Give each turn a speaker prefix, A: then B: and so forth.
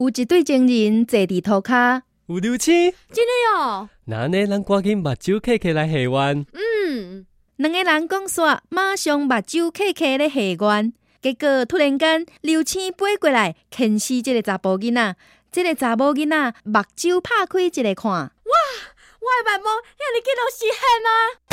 A: 有一对情人坐伫涂骹，
B: 有六七，
C: 真的哦，
B: 那呢，咱赶紧目睭开开来下弯。
C: 嗯，
A: 两个人讲煞，马上目睭刻刻咧下弯。结果突然间，流星飞过来，牵死即个查甫囡仔。即、个查某囡仔目睭拍开一个看，
C: 我的目毛遐尼紧都实现啊！